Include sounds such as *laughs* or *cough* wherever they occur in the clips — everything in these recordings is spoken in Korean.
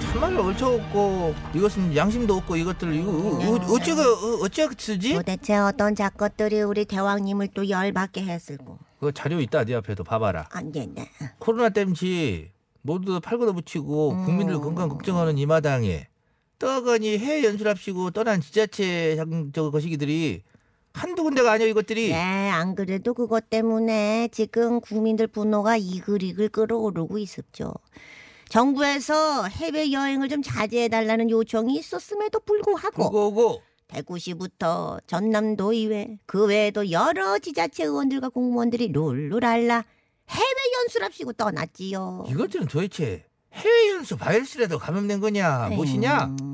참말로 얼차없고 이것은 양심도 없고 이것들 이거 어- 어- 어찌가 어- 어찌가 쓰지? 도대체 어떤 작것들이 우리 대왕님을 또 열받게 했을고 그 자료 있다 네 앞에도 봐봐라. 안겠네 코로나 땜시 모두 팔고도 붙이고 국민들 건강 걱정하는 이 마당에 떠가니 해외 연수합시고 떠난 지자체 장- 저 거시기들이 한두 군데가 아니요 이것들이 예, 네안 그래도 그것 때문에 지금 국민들 분노가 이글이글 끓어오르고 있습죠 정부에서 해외여행을 좀 자제해달라는 요청이 있었음에도 불구하고 그거고 대구시부터 전남도 이외 그 외에도 여러 지자체 의원들과 공무원들이 룰루랄라 해외 연수랍시고 떠났지요 이것들은 도대체 해외 연수 바이러스라도 감염된 거냐 네. 무엇이냐? 음.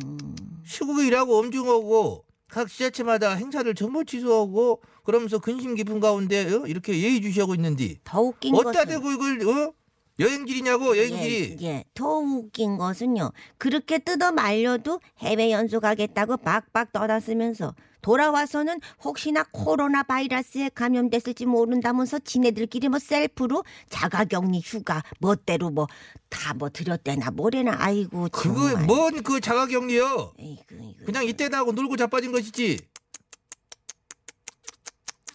시국에 일하고 엄중하고 각 지자체마다 행사를 전부 취소하고 그러면서 근심 깊은 가운데 어? 이렇게 예의주시하고 있는데 더 웃긴 어디다 것은 대고 이걸 어? 여행길이냐고 예, 여행길이 예. 더 웃긴 것은요. 그렇게 뜯어 말려도 해외 연수 가겠다고 박박 떠났으면서 돌아와서는 혹시나 코로나 바이러스에 감염됐을지 모른다면서 지네들끼리 뭐 셀프로 자가격리 휴가 멋대로 뭐 다 뭐 들였대나 뭐래나 아이고 그거 정말. 예. 뭔 그 자가격리요 이거, 이거. 그냥 이때다 하고 놀고 자빠진 것이지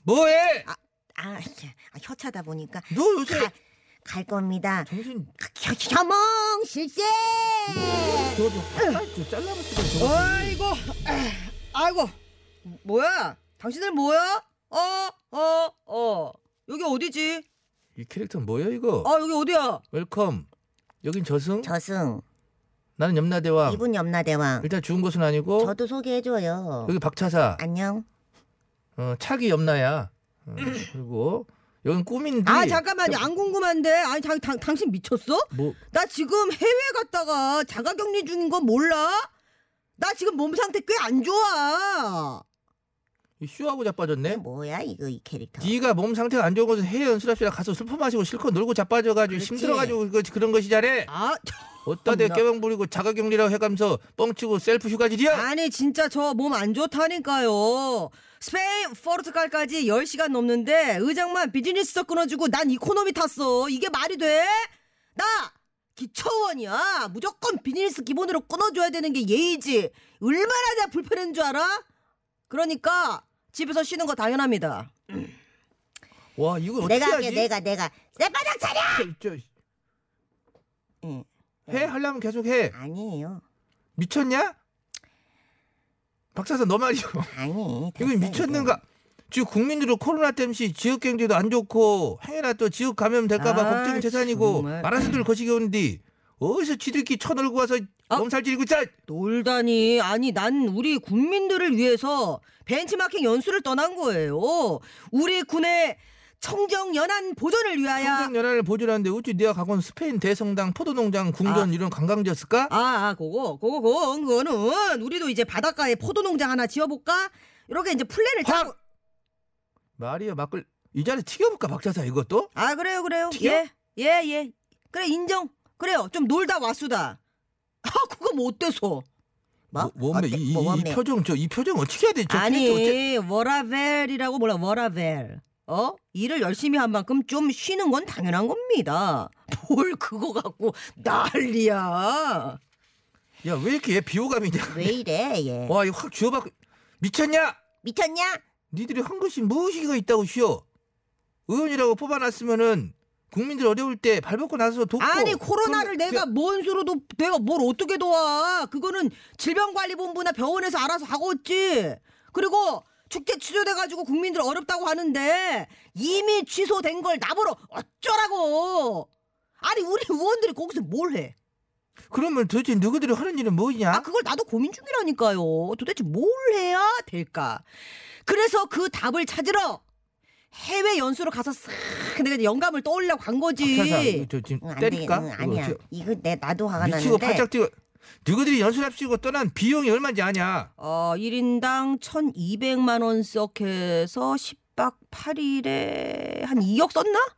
뭐해 아, 이게, 아, 혀차다 보니까 너 요새 가- 갈 겁니다. 정신 혀- 혀몽 실세. 저저 저 잘라붙이고 저거 아이고, 아이고, 뭐야? 당신들 뭐야? 어, 어, 어. 여기 어디지? 이 캐릭터는 뭐야 이거 아, 여기 어디야? 웰컴 여긴 저승 저승 나는 염라대왕 이분 염라대왕. 일단 죽은 것은 아니고 저도 소개해줘요. 여기 박차사 안녕. 어, 차기 염나야. 어, 그리고 여긴 꿈인데. 아, 잠깐만요. 안 궁금한데. 아니, 당, 당, 당신 미쳤어? 뭐 나 지금 해외 갔다가 자가격리 중인 건 몰라? 나 지금 몸 상태 꽤 안 좋아. 이 쇼하고 자빠졌네. 뭐야 이거 이 캐릭터. 네가 몸 상태가 안 좋은 것은 해외 연수랍시라 가서 슬퍼 마시고 실컷 놀고 자빠져가지고 그렇지. 힘들어가지고 그, 그런 것이잖아. 아, 어따 대 나- 깨병 부리고 자가격리라고 해가면서 뻥치고 셀프 휴가질이야. 아니 진짜 저 몸 안 좋다니까요. 스페인 포르투갈까지 10시간 넘는데 의장만 비즈니스석 끊어주고 난 이코노미 탔어. 이게 말이 돼? 나 기초원이야. 무조건 비즈니스 기본으로 끊어줘야 되는 게 예의지. 얼마나 내가 불편한 줄 알아? 그러니까 집에서 쉬는 거 당연합니다. 와 이거 어떻게 내가 할게 하지? 내가 내가 내 바닥 차려. 저, 저, 응. 해 하려면 계속 해. 아니에요. 미쳤냐? 박사사 너 말이야. 아니. 이건 미쳤는가? 지금 국민들이 코로나 땜시 지역 경제도 안 좋고 행여나 또 지역 감염 될까봐 아, 걱정이 재산이고 정말. 말아서들 거시기 오는데 어디서 지들끼리 쳐놀고 와서 아. 몸살질이고 짜 놀다니 아니 난 우리 국민들을 위해서 벤치마킹 연수를 떠난 거예요. 우리 군의 청정 연안 보존을 위하여 평생 연안을 보존하는데 어찌 네가 가건 스페인 대성당 포도농장 궁전 이런 관광지였을까? 아, 아, 그거, 그거, 그거, 그거는 우리도 이제 바닷가에 포도농장 하나 지어볼까? 이렇게 이제 플랜을 확! 짜고. 뭐. 말이야 막걸 이 자리 튀겨볼까 박자사 이것도? 아, 그래요, 그래요. 튀겨? 예, 예, 예. 그래, 인정. 그래요. 좀 놀다 왔수다. *laughs* 아, 그거 뭐 어때서? 뭐? 몸매 어때? 이, 이, 뭐 이 몸매? 표정 저 이 표정 어떻게 해야 돼? 저 캐릭터 어째- 아, 아니, 워라벨이라고 몰라, 워라벨. 어? 일을 열심히 한 만큼 좀 쉬는 건 당연한 겁니다. *laughs* 뭘 그거 갖고 난리야. 야, 왜 이렇게 얘 비호감이냐? 왜 이래 얘. 와 이거 확 쥐어박 미쳤냐? 미쳤냐? 니들이 한 것이 무엇이가 있다고 쉬어. 의원이라고 뽑아놨으면은 국민들 어려울 때 발벗고 나서 돕고. 아니 코로나를 그럼 내가 뭔 수로도 내가 뭘 어떻게 도와 그거는 질병관리본부나 병원에서 알아서 하고 있지 그리고 축제 취소돼가지고 국민들 어렵다고 하는데 이미 취소된 걸 나보러 어쩌라고 아니 우리 의원들이 거기서 뭘해 그- 그러면 도대체 너희들이 하는 일은 뭐냐? 아 그걸 나도 고민 중이라니까요 도대체 뭘 해야 될까 그래서 그 답을 찾으러 해외 연수로 가서 싹 내가 이제 영감을 떠올려 간 거지. 박찬사, 저 지금 응, 안 때릴까? 돼, 응, 이거 아니야. 저- 이거 내 나도 화가 미치고 나는데. 팔짝 뛰고 누구들이 연수랍시고 떠난 비용이 얼마인지 아냐? 어, 1인당 1,200만 원석 해서 10박 8일에 한 2억 썼나?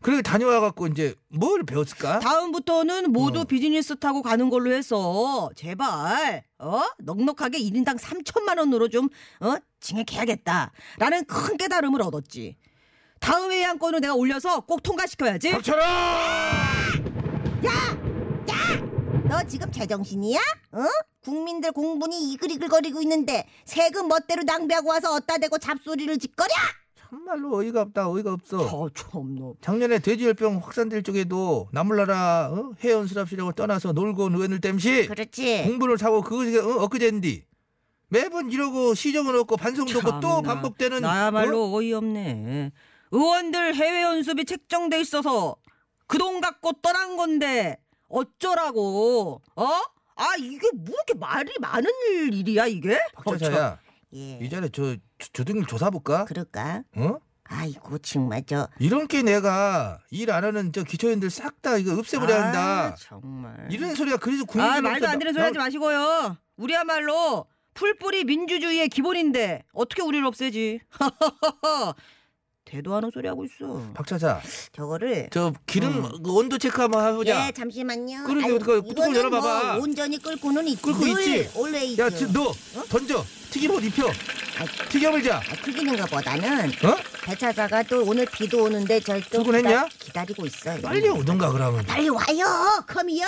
그리고 다녀와갖고 이제 뭘 배웠을까? 다음부터는 모두 어. 비즈니스 타고 가는 걸로 해서 제발 어? 넉넉하게 1인당 3천만 원으로 좀 어? 징액해야겠다라는 큰 깨달음을 얻었지. 다음 회의 한 건은 내가 올려서 꼭 통과시켜야지. 닥쳐라! 너 지금 제정신이야? 어? 국민들 공분이 이글이글거리고 있는데 세금 멋대로 낭비하고 와서 어따 대고 잡소리를 짓거려? 정말로 어이가 없다 어이가 아, 없어. 어, 참너 작년에 돼지열병 확산될 쪽에도 나물나라 어? 해외 연수랍시라고 떠나서 놀고 노연을 땜시 그렇지. 예. 공부를 사고 그것이 어? 엊그제인디 매번 이러고 시정은 없고 반성도 없고 또 반복되는 어? 나야말로 어이없네. 의원들 해외 연수비 책정돼 있어서 그 돈 갖고 떠난 건데 어쩌라고? 어? 아 이게 뭐 이렇게 말이 많은 일- 일이야 이게? 아, 어쩌- 박차사야 예. 이 자리에 저 조- 조등일 조사 볼까? 그럴까? 어? 아이고 정말 저. 이런 게 내가 일 안 하는 저 기초인들 싹 다 이거 없애버려야 아, 한다. 정말. 이런 어? 소리가 그래서 국민 아 말도 안 되는 소리 하지 마시고요. 우리야말로 풀뿌리 민주주의의 기본인데 어떻게 우리를 없애지? *laughs* 대도하는 소리 하고 있어. 박차사 저거를. 저 기름 음. 그 온도 체크 한번 해보자. 예 잠시만요. 그러게, 아니, 그거 뚜껑 이거는 열어봐봐. 뭐 온전히 끓고는 있, 끓고 늘 있지? 원래 있죠. 야, 지- 너 어? 던져 튀김옷 입혀 아, 튀겨물자. 아, 튀기는 것보다는 어? 배차사가 또 오늘 비도 오는데 절도 출근했냐? 기다리고 있어요. 빨리 오든가 그러면. 빨리 와요. 컴이요.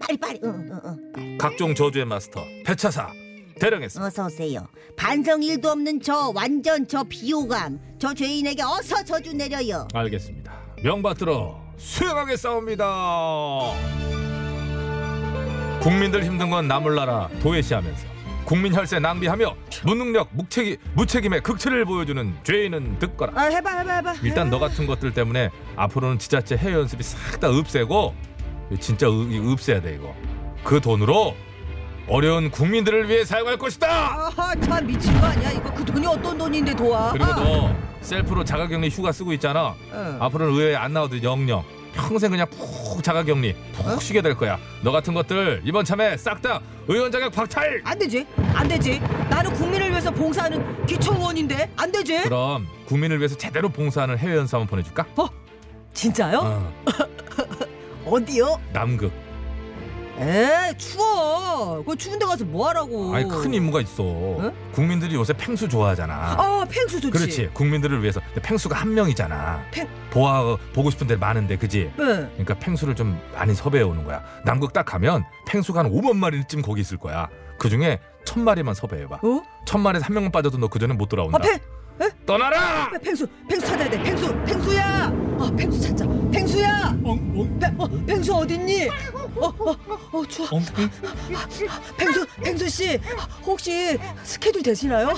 빨리 빨리. 어, 응, 응, 응. 각종 저주의 마스터 배차사 대령했습니다. 어서 오세요. 반성 일도 없는 저 완전 저 비호감. 저 죄인에게 어서 저주 내려요. 아, 알겠습니다. 명받들어 수행하게 싸웁니다. 국민들 힘든 건 남을 나라 도외시하면서 국민 혈세 낭비하며 무능력 묵책이, 무책임의 극치를 보여주는 죄인은 듣거라. 아 해봐 해봐 해봐. 일단 너 같은 것들 때문에 앞으로는 지자체 해외 연습이 싹 다 없애고 진짜 읍- 이거 없애야 돼 이거. 그 돈으로 어려운 국민들을 위해 사용할 것이다. 아참 미친 거 아니야 이거 그 돈이 어떤 돈인데 도와? 그리고 아. 너 셀프로 자가격리 휴가 쓰고 있잖아. 응. 앞으로는 의회에 안 나오듯 영영. 평생 그냥 푹 자가격리 푹 쉬게 될 거야. 너 같은 것들 이번 참에 싹 다 의원 자격 박탈. 안 되지 안 되지 나는 국민을 위해서 봉사하는 기초원인데 안 되지 그럼 국민을 위해서 제대로 봉사하는 해외 연수 한번 보내줄까? 어? 진짜요 어, 어디요 남극. 에 추워 그 추운데 가서 뭐 하라고 아니 큰 임무가 있어. 국민들이 요새 펭수 좋아하잖아. 아 펭수 좋지 그렇지 국민들을 위해서 근데 펭수가 한 명이잖아 펭- 보아 보고 싶은 데 많은데 그지 응. 그러니까 펭수를 좀 많이 섭외해 오는 거야 남극 딱 가면 펭수가 한 5만 마리쯤 거기 있을 거야 그중에 천 마리만 섭외해 봐 어? 천 마리에서 한 명만 빠져도 너 그전에 못 돌아온다 아, 펭, 떠나라 펭- 펭수, 펭수 찾아야 돼. 펭수, 펭수야. 아, 펭수 찾자. 펭수야. 펭, 어, 펭수 어딨니? 어, 어, 어, 추워. 펭수, 펭수 씨, 혹시 스케줄 되시나요?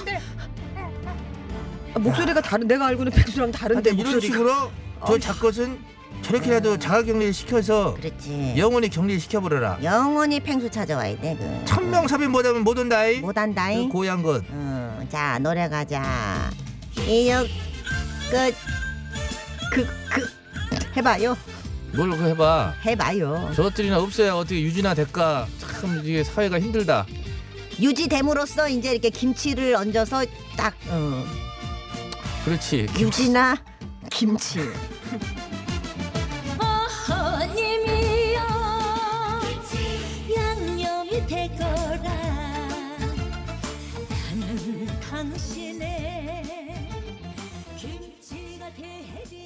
아, 목소리가 다른, 내가 알고는 펭수랑 다른데 근데 이런 목소리가. 식으로 저 작것은 저렇게라도 자가격리를 시켜서 그렇지. 영원히 격리를 시켜버려라. 영원히 팽수 찾아와야 돼. 그. 천명 삽입 못하면 못 온다이. 그 못한다잉. 고향 건. 어, 자 노래 가자. 이역 끝그그 해봐요. 뭘 그거 해봐. 해봐요. 저것들이나 없어야 어떻게 유지나 될까. 참 이게 사회가 힘들다. 유지됨으로써 이제 이렇게 김치를 얹어서 딱 어, 그렇지. 유지나 김치. 어허님이여 양념이 되거라 나는 당신의 김치가 되리